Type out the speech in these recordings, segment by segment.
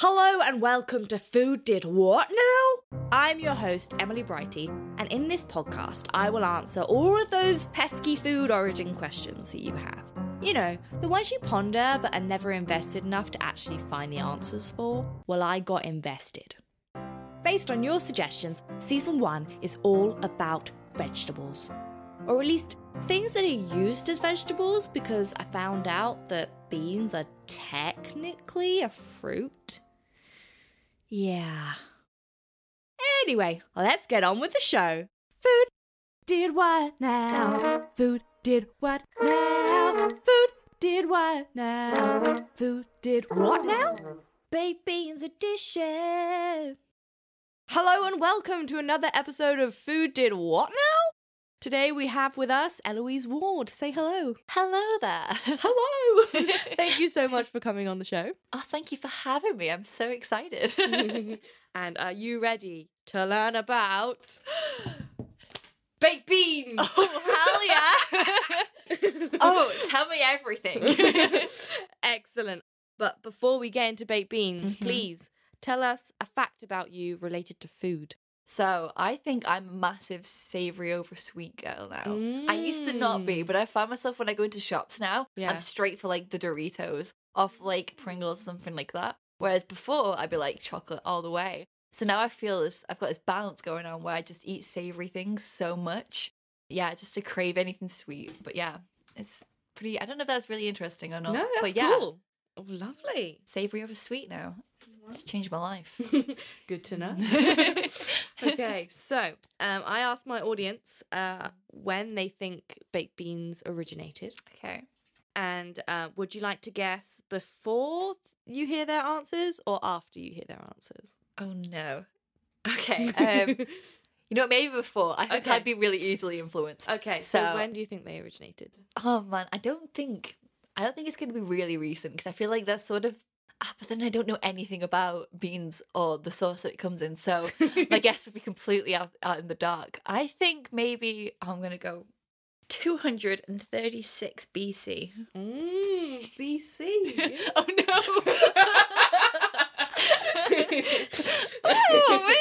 Hello and welcome to Food Did What Now? I'm your host, Emily Brighty, and in this podcast, I will answer all of those pesky food origin questions that you have. You know, the ones you ponder but are never invested enough to actually find the answers for. Well, I got invested. Based on your suggestions, season one is all about vegetables. Or at least things that are used as vegetables because I found out that beans are technically a fruit. Yeah. Anyway, let's get on with the show. Food did what now? Food did what now? Food did what now? Food did what now? Baked beans edition. Hello and welcome to another episode of Food Did What Now? Today we have with us Eloise Ward. Say hello. Hello there. Hello. Thank you so much for coming on the show. Oh, thank you for having me. I'm so excited. and are you ready to learn about baked beans? oh, hell yeah. oh, tell me everything. Excellent. But before we get into baked beans, Mhm. please tell us a fact about you related to food. so, I think I'm a massive savory over sweet girl now. Oh, I used to not be, Mm. but I find myself when I go into shops now, Yeah. I'm straight for like the Doritos, off like Pringles, something like that. Whereas before, I'd be like chocolate all the way. So now I feel this, I've got this balance going on where I just eat savory things so much. Yeah, just to crave anything sweet. But yeah, it's pretty, I don't know if that's really interesting or not. No, that's but yeah, cool. Oh, lovely. savory over sweet now. It's changed my life. Good to know. okay, so um, I asked my audience uh, when they think baked beans originated, Okay. and uh, would you like to guess before you hear their answers or after you hear their answers? Oh no. Okay. Um, you know, what, maybe before. I think Okay. I'd be really easily influenced. okay, so, when do you think they originated? Oh man, I don't think I don't think it's going to be really recent because I feel like that's sort of. Ah, but then I don't know anything about beans or the sauce that it comes in, Oh. so my guess would be completely out, out in the dark. I think maybe I'm going to go 236 BC. Mm, BC. oh no! oh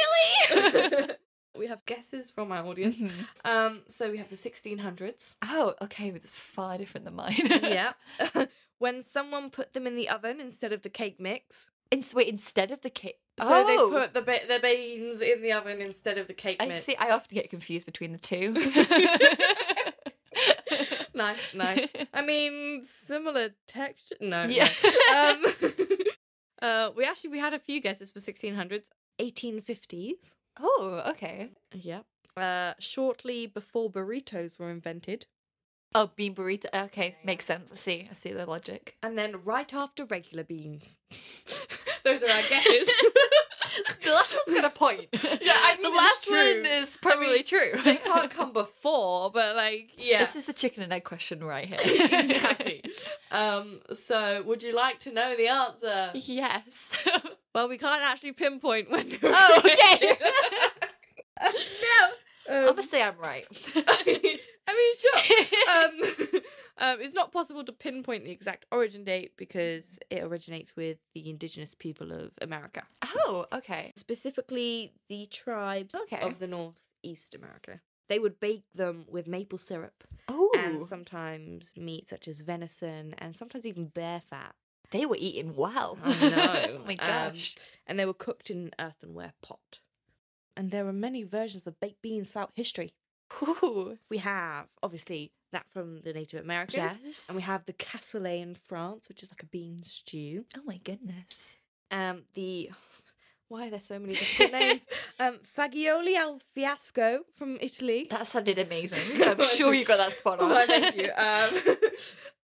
really? we have guesses from our audience. Mhm. Um, so we have the 1600s. Oh, okay, it's far different than mine. yeah. when someone put them in the oven instead of the cake mix. In, wait, instead of the cake. So they put the ba- the beans in the oven instead of the cake Oh! I mix. see. I often get confused between the two. nice, nice. I mean, similar texture. No. no. yeah. Um, uh, we actually we had a few guesses for 1600s, 1850s. oh, okay. Yep. Uh, shortly before burritos were invented, Oh, bean burrito. Okay, makes sense. I see. I see the logic. and then right after regular beans. Those are our guesses. The last one's got a point. Yeah, I mean, the it's last true. one is probably mean, true. they can't come before, but like, yeah. This is the chicken and egg question right here. exactly. Um, so, would you like to know the answer? yes. Well, we can't actually pinpoint when. they were oh, okay. created. no. Um, Obviously, I'm right. I mean, sure. um, um, it's not possible to pinpoint the exact origin date because it originates with the indigenous people of America, oh, okay. specifically the tribes Okay. of the northeast America. They would bake them with maple syrup Oh, and sometimes meat such as venison and sometimes even bear fat. they were eating well. I know. oh my Um, gosh. and they were cooked in an earthenware pot. And there are many versions of baked beans throughout history. Ooh. We have, obviously, that from the Native Americans. Yes. And we have the cassoulet in France, which is like a bean stew. oh my goodness. Um, the why are there so many different names? Um, fagioli al fiasco from Italy. That sounded amazing. I'm sure you got that spot on. Why, thank you. Um,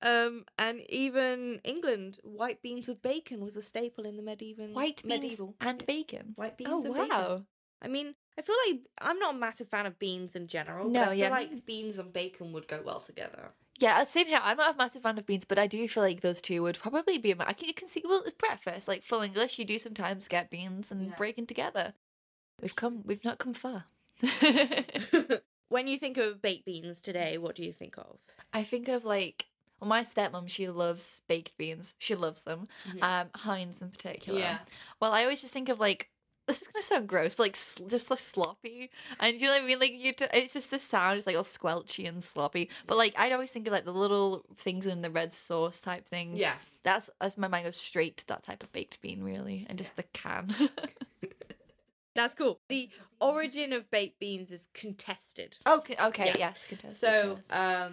um, and even England, white beans with bacon was a staple in the medieval. White beans medieval. and bacon. White beans. Oh and bacon. wow. I mean, I feel like I'm not a massive fan of beans in general. but No, I feel yeah. like beans and bacon would go well together. Yeah, uh, same here. I'm not a massive fan of beans, but I do feel like those two would probably be. a ma- I can, you can see well, it's breakfast, like full English. You do sometimes get beans and Yeah. bacon together. We've come. We've not come far. when you think of baked beans today, what do you think of? I think of like Well, my stepmom, she loves baked beans. She loves them. Mhm. Um, Heinz in particular. Yeah. Well, I always just think of like this is gonna sound gross, but like sl- just like sloppy, and you know what I mean. Like you, t- it's just the sound is like all squelchy and sloppy. But like I'd always think of like the little things in the red sauce type thing. Yeah. That's as my mind goes straight to that type of baked bean, really, and just the can. That's cool. The origin of baked beans is contested. okay. Okay. Yeah. Yes. Contested. So, yes. um,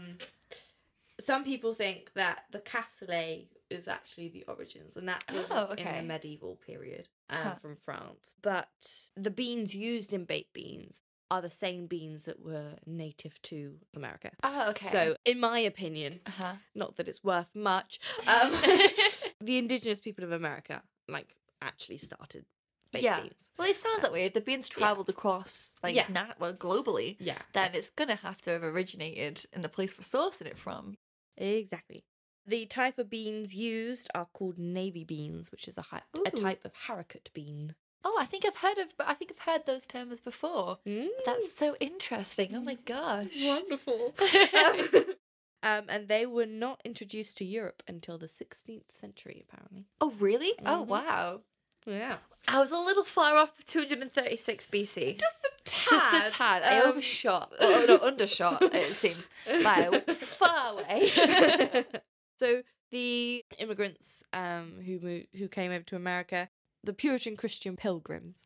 some people think that the cassoulet is actually the origins, and that was Oh, in okay. the medieval period um, Huh. from France. But the beans used in baked beans are the same beans that were native to America. oh, okay. So, in my opinion, Uh-huh. not that it's worth much, um, the indigenous people of America like actually started baked Yeah. beans. Well, it sounds that way. If the beans traveled across, like, Yeah. na- well, globally, Yeah, then it's gonna have to have originated in the place we're sourcing it from. Exactly. The type of beans used are called navy beans, which is a, hy- a Ooh. type of haricot bean. Oh, I think I've heard of, but I think I've heard those terms before. That's so interesting. Oh my gosh. wonderful. um, and they were not introduced to Europe until the 16th century, apparently. Oh really? Oh Mhm. wow. Yeah. I was a little far off for 236 BC. Just a tad. Just a tad. I um, overshot. Oh no, undershot. It seems. But I- far away. so the immigrants um, who moved, who came over to America, the Puritan Christian Pilgrims,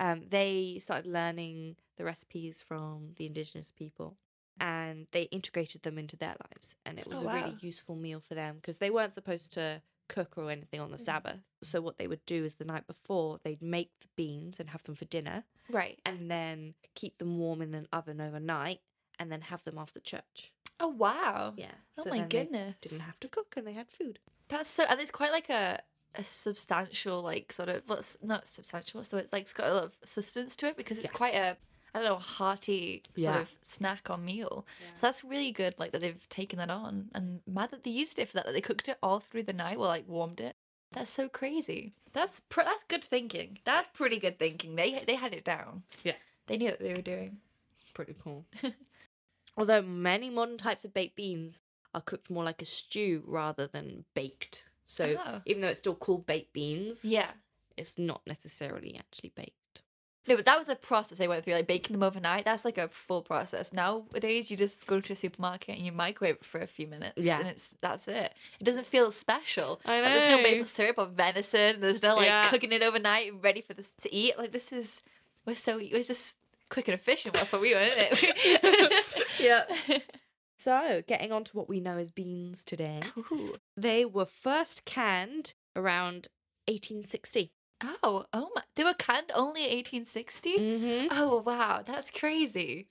um, they started learning the recipes from the indigenous people, and they integrated them into their lives, and it was Oh, a really wow. useful meal for them because they weren't supposed to cook or anything on the Mhm. Sabbath. So what they would do is the night before they'd make the beans and have them for dinner, Right. and then keep them warm in an oven overnight, and then have them after church. Oh wow. Yeah. Oh so my then they goodness. didn't have to cook and they had food. That's so, and it's quite like a a substantial, like sort of what's not substantial, so it's like it's got a lot of sustenance to it because it's Yeah. quite a I don't know hearty sort Yeah. of snack or meal. So that's really good, like that they've taken that on, and mad that they used it for that. That they cooked it all through the night, or like warmed it. That's so crazy. That's pr- that's good thinking. That's pretty good thinking. They they had it down. Yeah. they knew what they were doing. Pretty cool. Although many modern types of baked beans are cooked more like a stew rather than baked. So Oh. even though it's still called baked beans, Yeah. it's not necessarily actually baked. No, but that was a process they went through, like baking them overnight. That's like a full process. Nowadays, you just go to a supermarket and you microwave it for a few minutes, Yeah. and it's that's it. It doesn't feel special. I Like, there's no know. maple syrup or venison. There's no like Yeah. cooking it overnight and ready for this to eat. Like this is we're so it was just quick and efficient. That's what we were, isn't it? Yeah. So getting on to what we know as beans today, Ooh. they were first canned around 1860. Oh, oh my! They were canned only in 1860. Mm-hmm. Oh wow, that's crazy.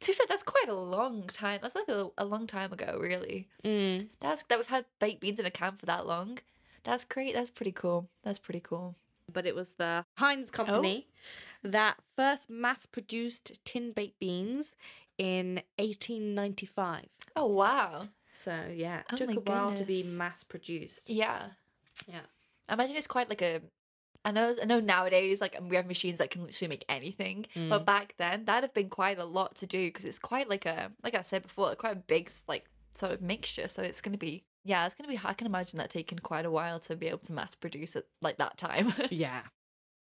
To be fair, that's quite a long time. That's like a, a long time ago, really. Mm. That's that we've had baked beans in a can for that long. That's great. That's pretty cool. That's pretty cool. But it was the Heinz Oh. company that first mass produced tin baked beans in 1895. Oh wow. So yeah, it Oh took my a while to be goodness. mass produced. Yeah. Yeah. I imagine it's quite like a. I know. I know nowadays, like we have machines that can literally make anything, but back then that'd have been quite a lot to do because it's quite like a, like I said before, quite a big like sort of mixture. So it's gonna be, yeah, it's gonna be. I can imagine that taking quite a while to be able to mass produce it like that time. Yeah.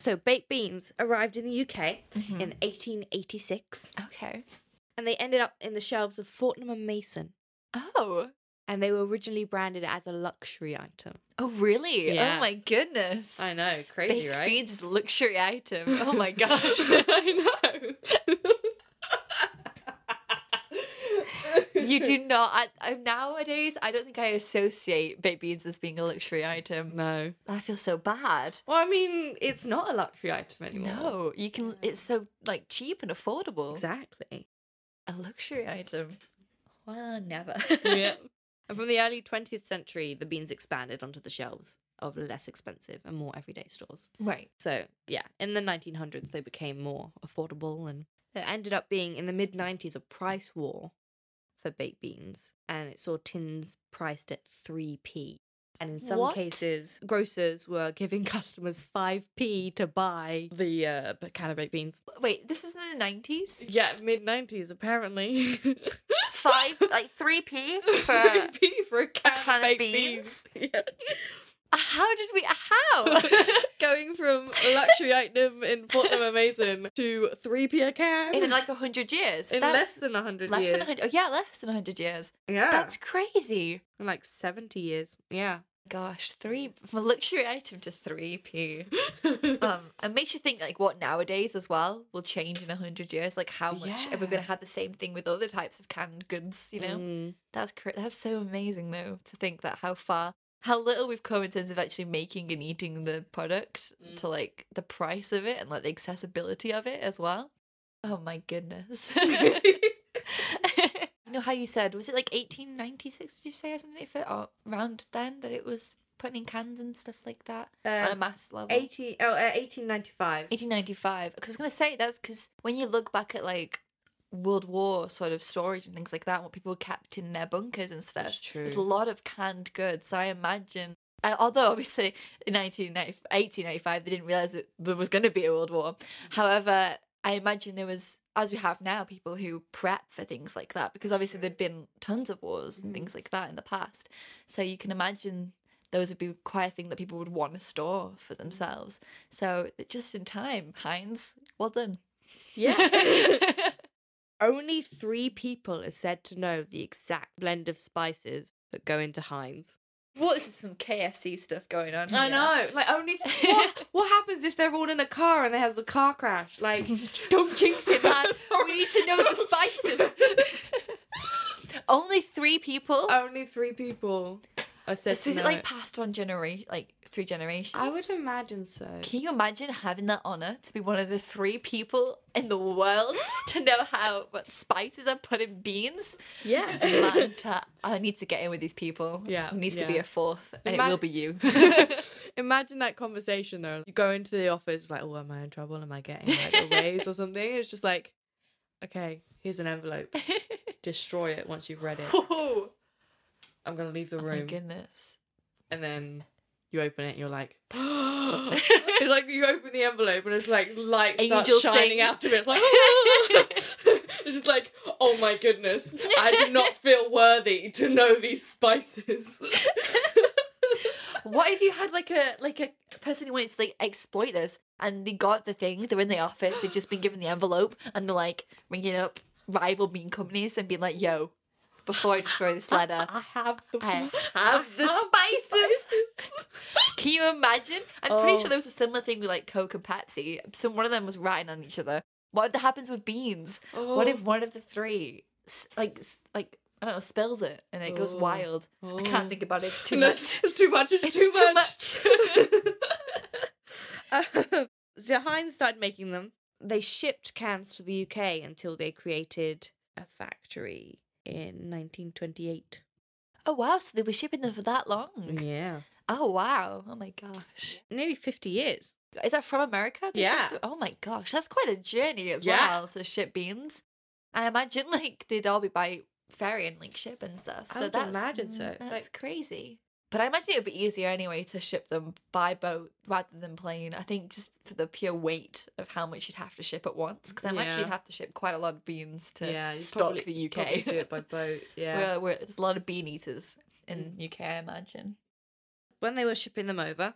So baked beans arrived in the UK Mhm. in 1886 okay. and they ended up in the shelves of Fortnum and Mason Oh. and they were originally branded as a luxury item. Oh really? Yeah. Oh my goodness. know, Baked beans is a luxury item. Oh my gosh. I know. you do not. I, I, nowadays, I don't think I associate baked beans as being a luxury item. No. I feel so bad. Well, I mean, it's not a luxury item anymore. No, you can. It's so like cheap and affordable. Exactly. A luxury item. Well, never. And from the early 20th century, the beans expanded onto the shelves of less expensive and more everyday stores. right. So, yeah, in the 1900s, they became more affordable and it ended up being in the mid 90s a price war for baked beans. And it saw tins priced at 3p. And in some What? cases, grocers were giving customers 5p to buy the uh, b- can of baked beans. Wait, this is in the nineties. Yeah, mid 90s, apparently. five, like three p for a Maybe for a can, can of baked of beans. beans. How did we? How? Yeah. Going from a luxury item in Fortnum and Mason to three p a can In like a hundred years. in That's less than hundred less years. than a hundred. Oh yeah, less than a hundred years. Yeah, That's crazy. in like seventy years. Yeah. Gosh, three from a luxury item to three p. um, and makes you think like what nowadays as well will change in a hundred years. Like how much are we Yeah. going to have the same thing with other types of canned goods? You know, Mm. that's cra- that's so amazing though to think that how far, how little we've come in terms of actually making and eating the product Mm. to like the price of it and like the accessibility of it as well. Oh my goodness. you know how you said was it like 1896? Did you say or something for or around then that it was putting in cans and stuff like that on a Um, mass level? 18, oh, uh, 1895. 1895 because i was going to say that's because when you look back at like world war sort of storage and things like that what people kept in their bunkers and stuff true. there's a lot of canned goods so i imagine uh, although obviously in 1990 1895 they didn't realize that there was going to be a world war however i imagine there was as we have now people who prep for things like that because obviously Sure. there'd been tons of wars and Mhm. things like that in the past so you can imagine those would be quite a thing that people would want to store for themselves so just in time, Heinz. Well done. Yeah. Only three people are said to know the exact blend of spices that go into Heinz. what is some KFC stuff going on? I know. Like only what, what happens if they're all in a car and there's a car crash? Like Don't jinx it, man. Sorry. we need to know the spices. Only three people. only three people are said so is to know it like it. past one generation, like three generations? I would imagine so. Can you imagine having that honor to be one of the three people in the world to know how what spices are put in beans? Yeah. Man, ta- I need to get in with these people. Yeah, There needs to yeah. be a fourth, and Ima- it will be you. Imagine that conversation though. You go into the office, like, oh, am I in trouble? Am I getting like a raise or something? It's just like, okay, here's an envelope. Destroy it once you've read it. oh I'm gonna leave the my room, goodness. and then you open it, and you're like, it's like you open the envelope, and it's like light starts Angel shining sing. out of it. It's like, it's just like, oh my goodness, I do not feel worthy to know these spices. What if you had like a like a person who wanted to like exploit this and they got the thing, they're in the office, they've just been given the envelope and they're like ringing up rival bean companies and being like, yo, before I destroy this letter, I have the. I have the spices. Can you imagine? I'm pretty sure Oh. there was a similar thing with like Coke and Pepsi. Some one of them was ratting on each other. What if that happens with beans? What if one of the three s- like s- like I don't know, spills it and it goes Oh. wild? I can't think about it it's too No, much. It's too much. It's, It's too, too much. so Heinz started making them. They shipped cans to the UK until they created a factory in 1928. Oh wow, so they were shipping them for that long. Yeah, Oh wow. Oh my gosh. nearly 50 years. Is that from America? They shipped Yeah. them- Oh my gosh. That's quite a journey as Yeah. well to ship beans. And I imagine like they'd all be by ferry and like ship and stuff. I So would that's imagine so, mm, That's like- crazy. But I imagine it would be easier anyway to ship them by boat rather than plane. I think just for the pure weight of how much you'd have to ship at once. Because I imagine Yeah. you'd have to ship quite a lot of beans to yeah, you stock probably- the UK. probably do it by boat. Yeah. Mm. We're, we're, there's a lot of bean eaters in UK, I imagine. when they were shipping them over,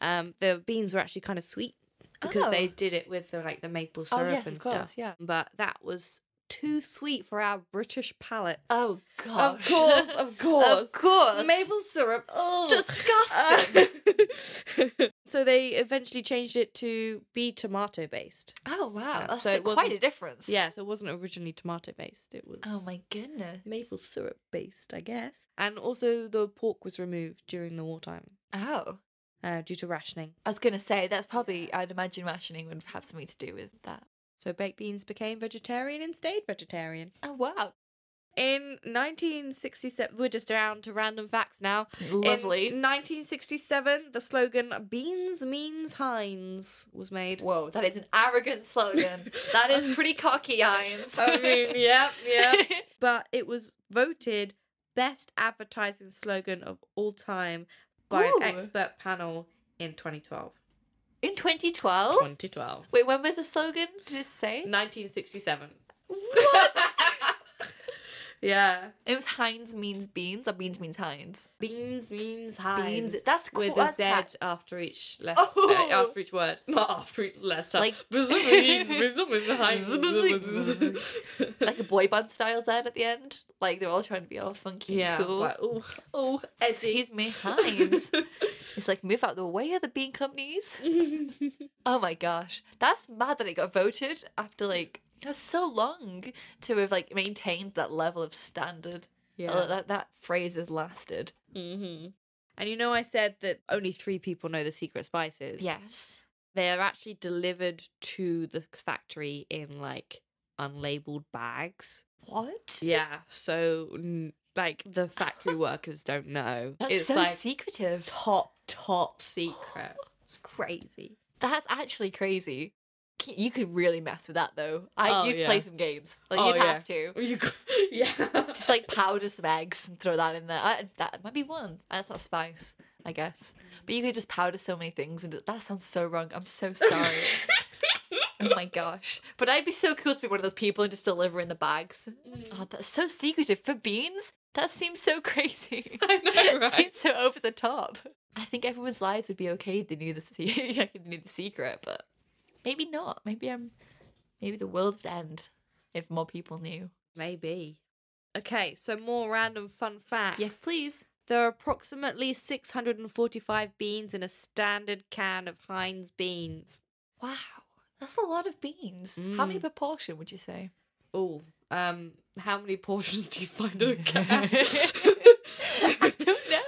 um, the beans were actually kind of sweet because they Oh. did it with the, like the maple syrup oh yes, and of course, stuff. yeah. But that was too sweet for our British palate. Oh Of gosh. course, of course. of course. Maple syrup. Oh. disgusting. so they eventually changed it to be tomato based. oh wow, Yeah, that's so a- it quite wasn't- a difference. Yeah, so it wasn't originally tomato based. It was Oh my goodness. maple syrup based, I guess. And also the pork was removed during the wartime Oh, uh, due to rationing. I was gonna say that's probably I'd imagine rationing would have something to do with that. So baked beans became vegetarian and stayed vegetarian. Oh wow, In 1967, we're just around to random facts now. lovely. In 1967, the slogan "Beans means Heinz" was made. Whoa, that is an arrogant slogan. that is pretty cocky, Heinz. I mean, yep, yep. But it was voted best advertising slogan of all time by Ooh. an expert panel in 2012. in 2012. 2012. Wait, when was the slogan? Did it say? 1967. What? Yeah. It was Heinz means beans or beans means Heinz. Beans means Beans. Heinz. That's cool. With a that's Z ta- after each letter, uh, Oh. after each word, not after each letter. Like- Beans means Heinz. like a boy band style Z at the end. Like they're all trying to be all funky yeah, and cool. like, oh, oh, edgy. Excuse me, Heinz. it's like move out the way of the bean companies. Oh my gosh, that's mad that it got voted after like that's so long to have like maintained that level of standard. Uh, yeah. that that phrase has lasted. hmm And you know, I said that only three people know the secret spices. Yes. they are actually delivered to the factory in like unlabeled bags. What? Yeah. So n- like the factory workers don't know. That's it's so like secretive. top top secret. It's crazy. Easy. That's actually crazy. C- You could really mess with that though. I Oh, you'd play yeah. some games. Like Oh, you'd yeah. have to. You c- yeah. Just like powder some eggs and throw that in there. I, that might be one. That's not spice, I guess. But you could just powder so many things, and that sounds so wrong. I'm so sorry. oh my gosh! But I'd be so cool to be one of those people and just deliver in the bags. Mm. Oh, that's so secretive for beans. That seems so crazy. I know, It right? seems so over the top. I think everyone's lives would be okay if they knew the se- I knew the secret, but maybe not. Maybe I'm. Maybe the world would end if more people knew. Maybe. Okay, so more random fun facts. Yes, please. There are approximately 645 beans in a standard can of Heinz beans. Wow, that's a lot of beans. How many Mm. proportion would you say? Oh, um, how many portions do you find in a can? I don't know.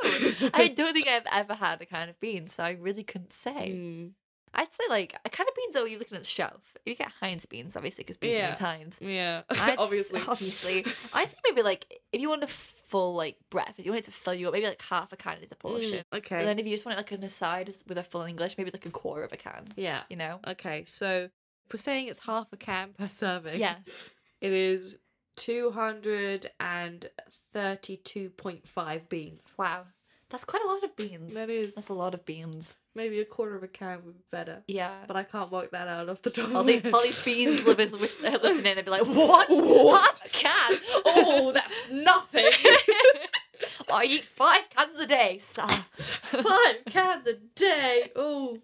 I don't think I've ever had a can of beans, so I really couldn't say. Mm, I'd say like a can of beans. Oh, you're looking at the shelf. You get Heinz beans, obviously, because beans Yeah. means Heinz. yeah, I'd s- obviously. Mm, obviously. I think maybe like if you want a full like breakfast, you want it to fill you up. Maybe like half a can is a portion. Mm, But okay. then if you just want it like an aside as- with a full English, maybe like a quarter of a can. Yeah. You know. Okay, so if we're saying it's half a can per serving. Yes. It is 232.5 beans. Wow, that's quite a lot of beans. That is. That's a lot of beans. Maybe a quarter of a can would be better. Yeah. But I can't work that out off the top All of my these, head. all these beans livers with, uh, listening and be like, what? What? Half a can? oh, that's nothing. I eat five cans a day, sir. Five cans a day. Oh.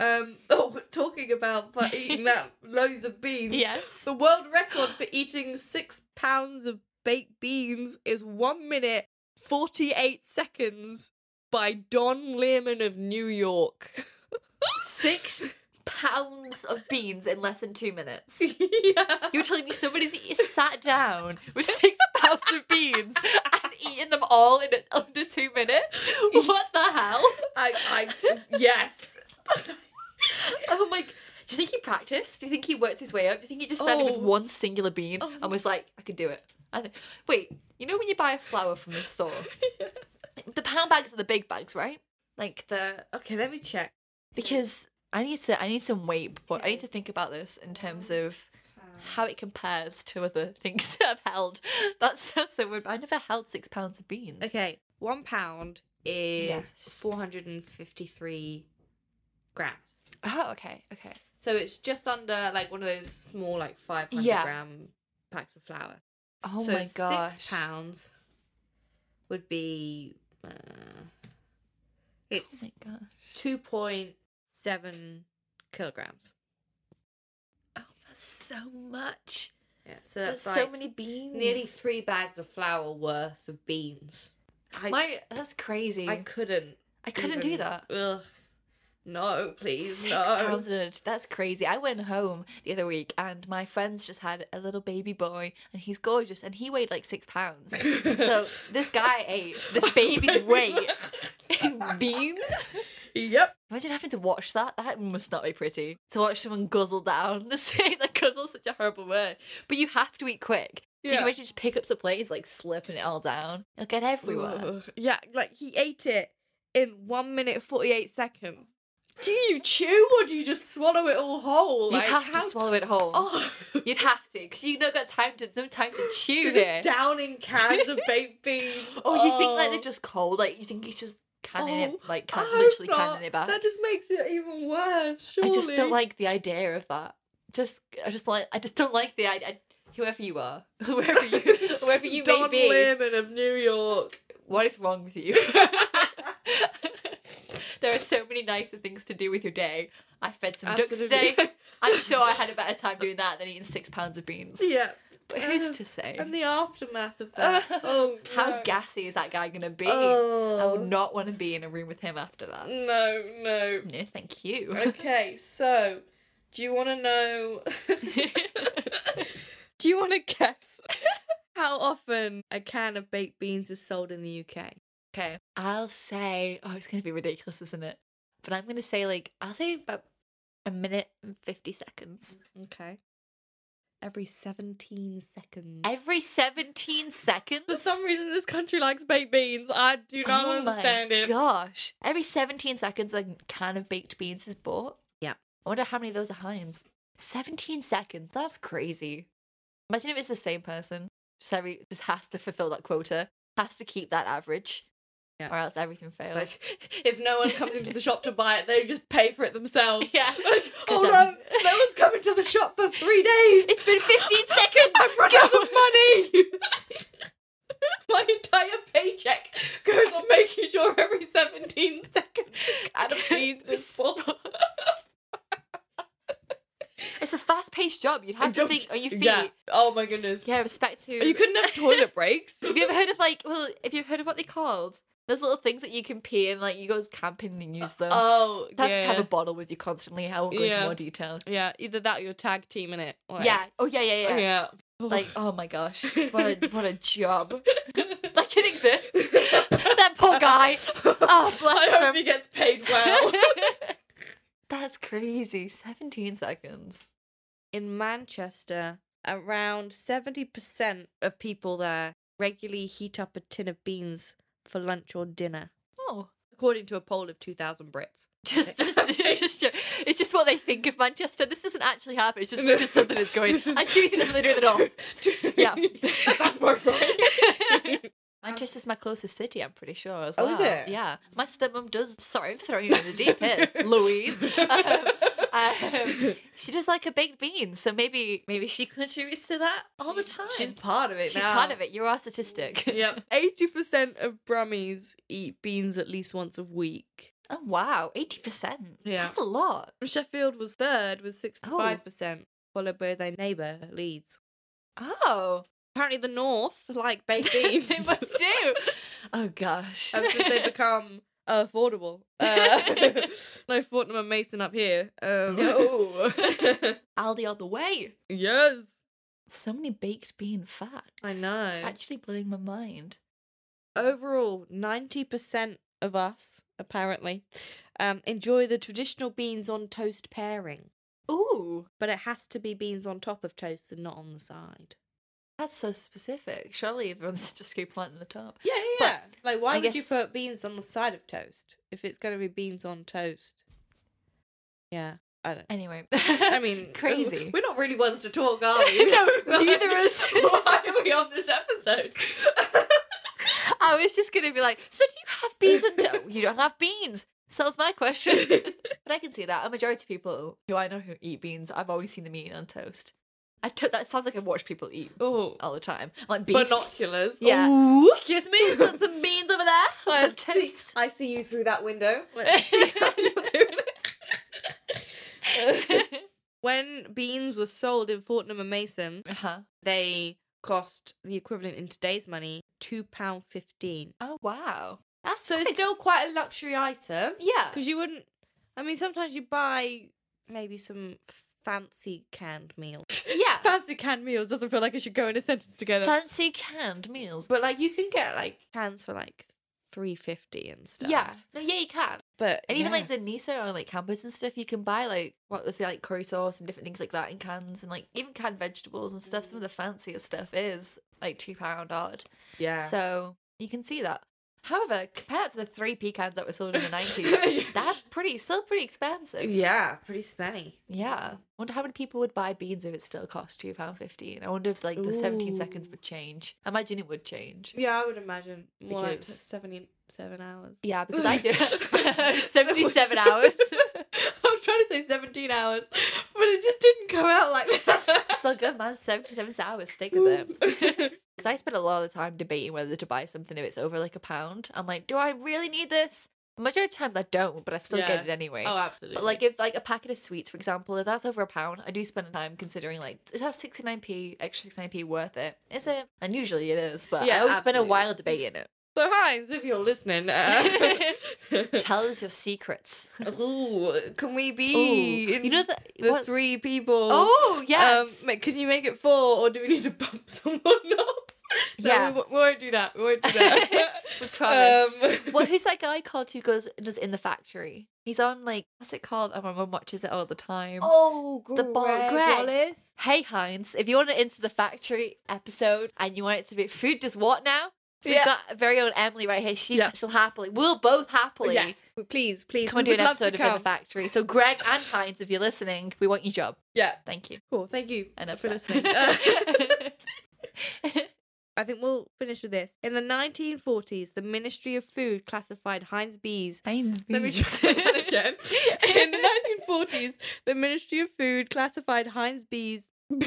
Um, oh, we're talking about fu- eating that loads of beans. yes. The world record for eating six pounds of baked beans is one minute, 48 seconds by Don Learman of New York. Six pounds of beans in less than two minutes. yeah. You're telling me somebody's e- sat down with six pounds of beans and eaten them all in under two minutes? What the hell? I, I, yes. Oh my. Do you think he practiced? Do you think he worked his way up? Do you think he just started with Oh. one singular bean Oh. and was like, I could do it? I think. Wait, you know when you buy a flower from the store? The pound bags are the big bags, right? Like the Okay, let me check. because I need to I need some weight, but I need to think about this in terms Mm. of how it compares to other things that I've held. That sounds so weird. but I never held six pounds of beans. Okay, one pound is Yes. 453 grams. Oh, okay, okay. So it's just under like one of those small, like 500 Yeah. gram packs of flour. Oh so my gosh. six pounds would be uh, it's Oh my gosh. two point seven kilograms. Oh, that's so much. Yeah, so That's, that's, so like many beans. nearly three bags of flour worth of beans. I My that's crazy. I I, couldn't. couldn't do even- that. Ugh. No, please, Six no. pounds in a- That's crazy. I went home the other week and my friends just had a little baby boy and he's gorgeous and he weighed like six pounds. so this guy ate this baby's weight in beans. Yep. Imagine having to watch that. That must not be pretty. To watch someone guzzle down. Say that guzzle's such a horrible word. But you have to eat quick. So you Yeah. can imagine just pick up the plate, it's like slipping it all down. It'll get everywhere. Ugh. Yeah, like he ate it in one minute forty eight seconds. Do you chew or do you just swallow it all whole? you Like, have how- to swallow it whole. Oh, You'd have to, because you've not got time to no time to chew you're there. just downing cans of baked beans. Or Oh, you think like they're just cold, like you think it's just canning Oh, it, like can- I literally thought canning it back. That just makes it even worse. I Surely. just don't like the idea of that. Just I just like I just don't like the idea. whoever you are, whoever you, whoever you may Don be, Lehman of New York. what is wrong with you? there are so many nicer things to do with your day. I fed some ducks today. I'm sure I had a better time doing that than eating six pounds of beans. yeah. But who's Uh, to say? And the aftermath of that. oh, How no. gassy is that guy gonna be? I Oh. would not want to be in a room with him after that. No, no. No, thank you. Okay, so do you want to know? do you want to guess how often a can of baked beans is sold in the UK? okay, I'll say. Oh, it's gonna be ridiculous, isn't it? But I'm gonna say like I'll say about a minute and fifty seconds. Mm-hmm. Okay. Every 17 seconds. Every seventeen seconds. For some reason, this country likes baked beans. I do not oh understand my it. Gosh, every seventeen seconds, a can of baked beans is bought. Yeah. I wonder how many of those are Heinz. Seventeen seconds. That's crazy. Imagine if it's the same person. Just every just has to fulfill that quota. Has to keep that average. Yeah. Or else everything fails. Like, if no one comes into the shop to buy it, they just pay for it themselves. Yeah. Like, oh um, no, no one's coming to the shop for three days. It's been 15 seconds. I've run out of money. My entire paycheck goes on making sure every 17 seconds a can of beans is full. It's a fast-paced job. You'd have to Jump- think on your feet. Yeah. Oh my goodness. Yeah, respect to. You couldn't have toilet breaks. Have you ever heard of like? Well, have you heard of what they called? Those little things that you can pee and like you go camping and use them. Oh, have yeah. to have a bottle with you constantly. I won't go Yeah. into more detail. yeah, either that or your tag team in it. Like- Yeah. Oh yeah, yeah, yeah. Yeah. Like oh my gosh, what a what a job. Like it exists. that poor guy. Oh, bless I hope him. he gets paid well. That's crazy. Seventeen seconds. in Manchester, around 70% of people there regularly heat up a tin of beans for lunch or dinner, Oh, according to a poll of 2,000 Brits. just just just it's just what they think of Manchester. This doesn't actually happen. It's just just something that's going. This is- I do think that's what they do with it all. Yeah. that sounds more right. Manchester's my closest city, I'm pretty sure as well. Oh, is it? Yeah. My stepmom does sorry for throwing you in the deep end, Louise. Um, um, she does like a baked bean, so maybe maybe she contributes to that all the time. She's part of it She's part of it. You're our statistic. Yep. 80% of Brummies eat beans at least once a week. Oh wow, eighty percent. Yeah. That's a lot. Sheffield was third with 65%, followed by their neighbour, Leeds. Oh, Apparently, the North like baked they beans. must do. Oh gosh. Ever since they become uh, affordable. Uh, no Fortnum and Mason up here. Um, No. Aldi all the way. yes. So many baked bean facts. I know. Actually blowing my mind. Overall, 90% of us, apparently, um, enjoy the traditional beans on toast pairing. Ooh. But it has to be beans on top of toast and not on the side. That's so specific. Surely everyone's just scoop one on the top. Yeah, yeah. like, why I would you guess- put beans on the side of toast if it's going to be beans on toast? Yeah, I don't Anyway, I mean, Crazy. We're not really ones to talk, are we? No, neither is- Why are we on this episode? I was just gonna be like, so do you have beans and toast? you don't have beans. So that's my question. but I can see that a majority of people who I know who eat beans, I've always seen them eating on toast. I t- that sounds like I've watched people eat oh, all the time, like beans. binoculars. Yeah. Ooh. Excuse me, is that some beans over there? I Some see, toast. I see you through that window. Let's see how you're doing it. when beans were sold in Fortnum and Mason, uh huh. they cost the equivalent in today's money two pound fifteen. Oh wow. That's So it's quite- still quite a luxury item. yeah. Because you wouldn't. I mean, sometimes you buy maybe some fancy canned meals. Yeah. fancy canned meals doesn't feel like it should go in a sentence together. Fancy canned meals. but like, you can get like cans for like three fifty and stuff. Yeah. No, yeah, you can. but And even yeah. like the miso or like campers and stuff, you can buy like what was it like curry sauce and different things like that in cans and like even canned vegetables and stuff. Some Mm. of the fancier stuff is like two pound odd, yeah. so you can see that. However, compared to the three p cans that were sold in the nineties, that's pretty still pretty expensive. yeah, pretty spenny. Yeah, wonder how many people would buy beans if it still cost two pound fifteen. I wonder if like the seventeen seconds Ooh. would change. I imagine it would change. Yeah, I would imagine more like Because- seventy-seven hours. Yeah, because I do So- seventy seven hours. I'm was trying to say 17 hours, but it just didn't come out like that. Still good, man. 77 hours. Stick with it. Because I spent a lot of time debating whether to buy something if it's over like a pound. I'm like, do I really need this? Majority of the time, I don't, but I still Yeah. get it anyway. oh, absolutely. But like if like a packet of sweets, for example, if that's over a pound, I do spend time considering like is that sixty nine p extra sixty nine p worth it? Is it? And usually it is, but I Yeah, always spend a absolutely. while debating it. so, Heinz, if you're listening, uh, Tell us your secrets. Ooh, can we be Ooh, in you know that the what- three people? Oh yes, Um, ma- can you make it four, or do we need to bump someone up? No, Yeah. we, wo- we won't do that. We won't do that. we promise. Um, well, who's that guy called who goes just in the factory? He's on like what's it called? Oh, my mum watches it all the time. Oh, The ball- Greg Greg. Hey Heinz, if you want an Into the Factory episode and you want it to be food, just what now? We've Yeah. got our very own Emily right here. She's Yeah. she'll happily we'll both happily Yes, please, please. come and do we an would love to episode of In the come. Factory. So Greg and Heinz, if you're listening, we want your job. Yeah, Thank you. cool. Thank you Enough for said. listening. I think we'll finish with this. In the 1940s, the Ministry of Food classified Heinz bees. Heinz Let me beans. try that again. In the 1940s, the Ministry of Food classified Heinz bees. you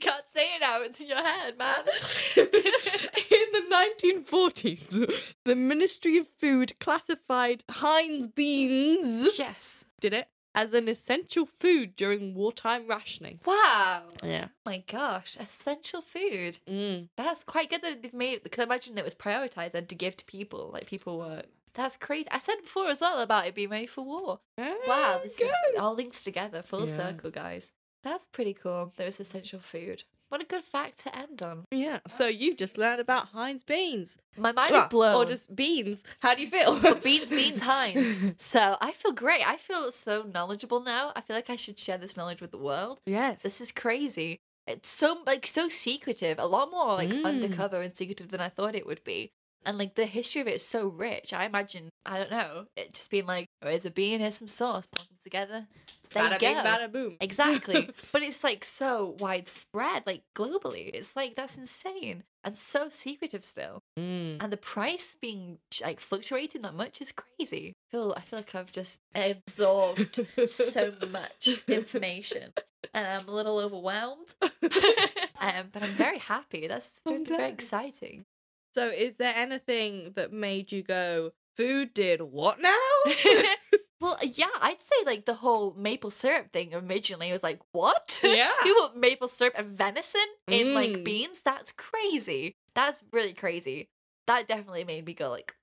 can't say it now. It's in your head, man. In the 1940s, the Ministry of Food classified Heinz beans. yes. Did it as an essential food during wartime rationing. Wow. Oh Yeah. My gosh, essential food. Mm. That's quite good that they've made it because I imagine it was prioritized and to give to people. Like people were. That's crazy. I said before as well about it being ready for war. Wow, this is Oh, Good. all links together, full Yeah. circle, guys. That's pretty cool. There was essential food. What a good fact to end on. Yeah. So you've just learned about Heinz beans. My mind Well, is blown. Or just beans. How do you feel? But beans, beans, Heinz. So I feel great. I feel so knowledgeable now. I feel like I should share this knowledge with the world. Yes. This is crazy. It's so like so secretive. A lot more like Mm. undercover and secretive than I thought it would be. And like the history of it is so rich. I imagine I don't know it just being like oh, here's a bean, here's some sauce, plonk them together. There you bada go. bing, bada boom. Exactly. but it's like so widespread, like globally. It's like that's insane and so secretive still. Mm. And the price being like fluctuating that much is crazy. I feel I feel like I've just absorbed Mm. so much information and I'm a little overwhelmed. um, but I'm very happy. That's I'm very, very glad. exciting. So, is there anything that made you go, food did what now? well, yeah, I'd say like the whole maple syrup thing originally was like, what? yeah. You want maple syrup and venison in like Mm. beans? That's crazy. That's really crazy. That definitely made me go like,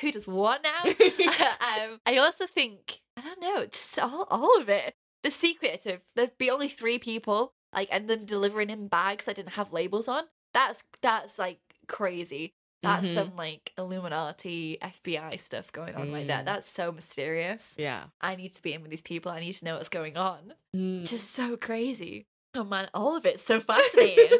who does what now? um, I also think I don't know, just all, all of it. The secretive. There'd be only three people, like, and them delivering in bags that didn't have labels on. That's that's like crazy. That's Mhm. some like Illuminati FBI stuff going on right there. Mm. That's so mysterious. Yeah. I need to be in with these people. I need to know what's going on Mm. just so crazy. Oh man, all of it's so fascinating.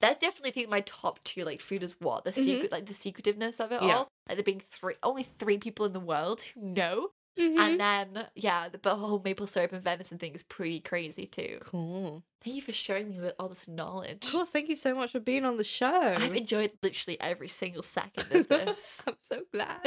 that definitely think my top two like food is what the Mhm. secret, like the secretiveness of it Yeah. all. Like there being three, only three people in the world who know, Mhm. and then yeah, the, but whole maple syrup and venison thing is pretty crazy too. cool. Thank you for sharing me with all this knowledge. Of course, thank you so much for being on the show. I've enjoyed literally every single second of this. I'm so glad.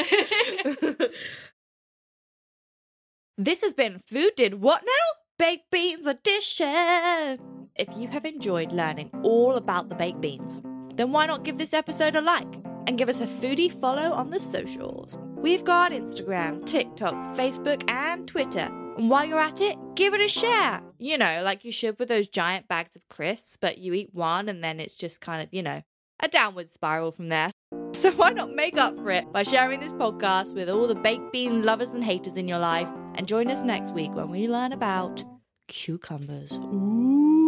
This has been Food Did What Now? Baked Beans Edition! If you have enjoyed learning all about the baked beans, then why not give this episode a like and give us a foodie follow on the socials? We've got Instagram, TikTok, Facebook, and Twitter. And while you're at it, give it a share. You know, like you should with those giant bags of crisps, but you eat one and then it's just kind of, you know, a downward spiral from there. So why not make up for it by sharing this podcast with all the baked bean lovers and haters in your life? And join us next week when we learn about cucumbers. Ooh.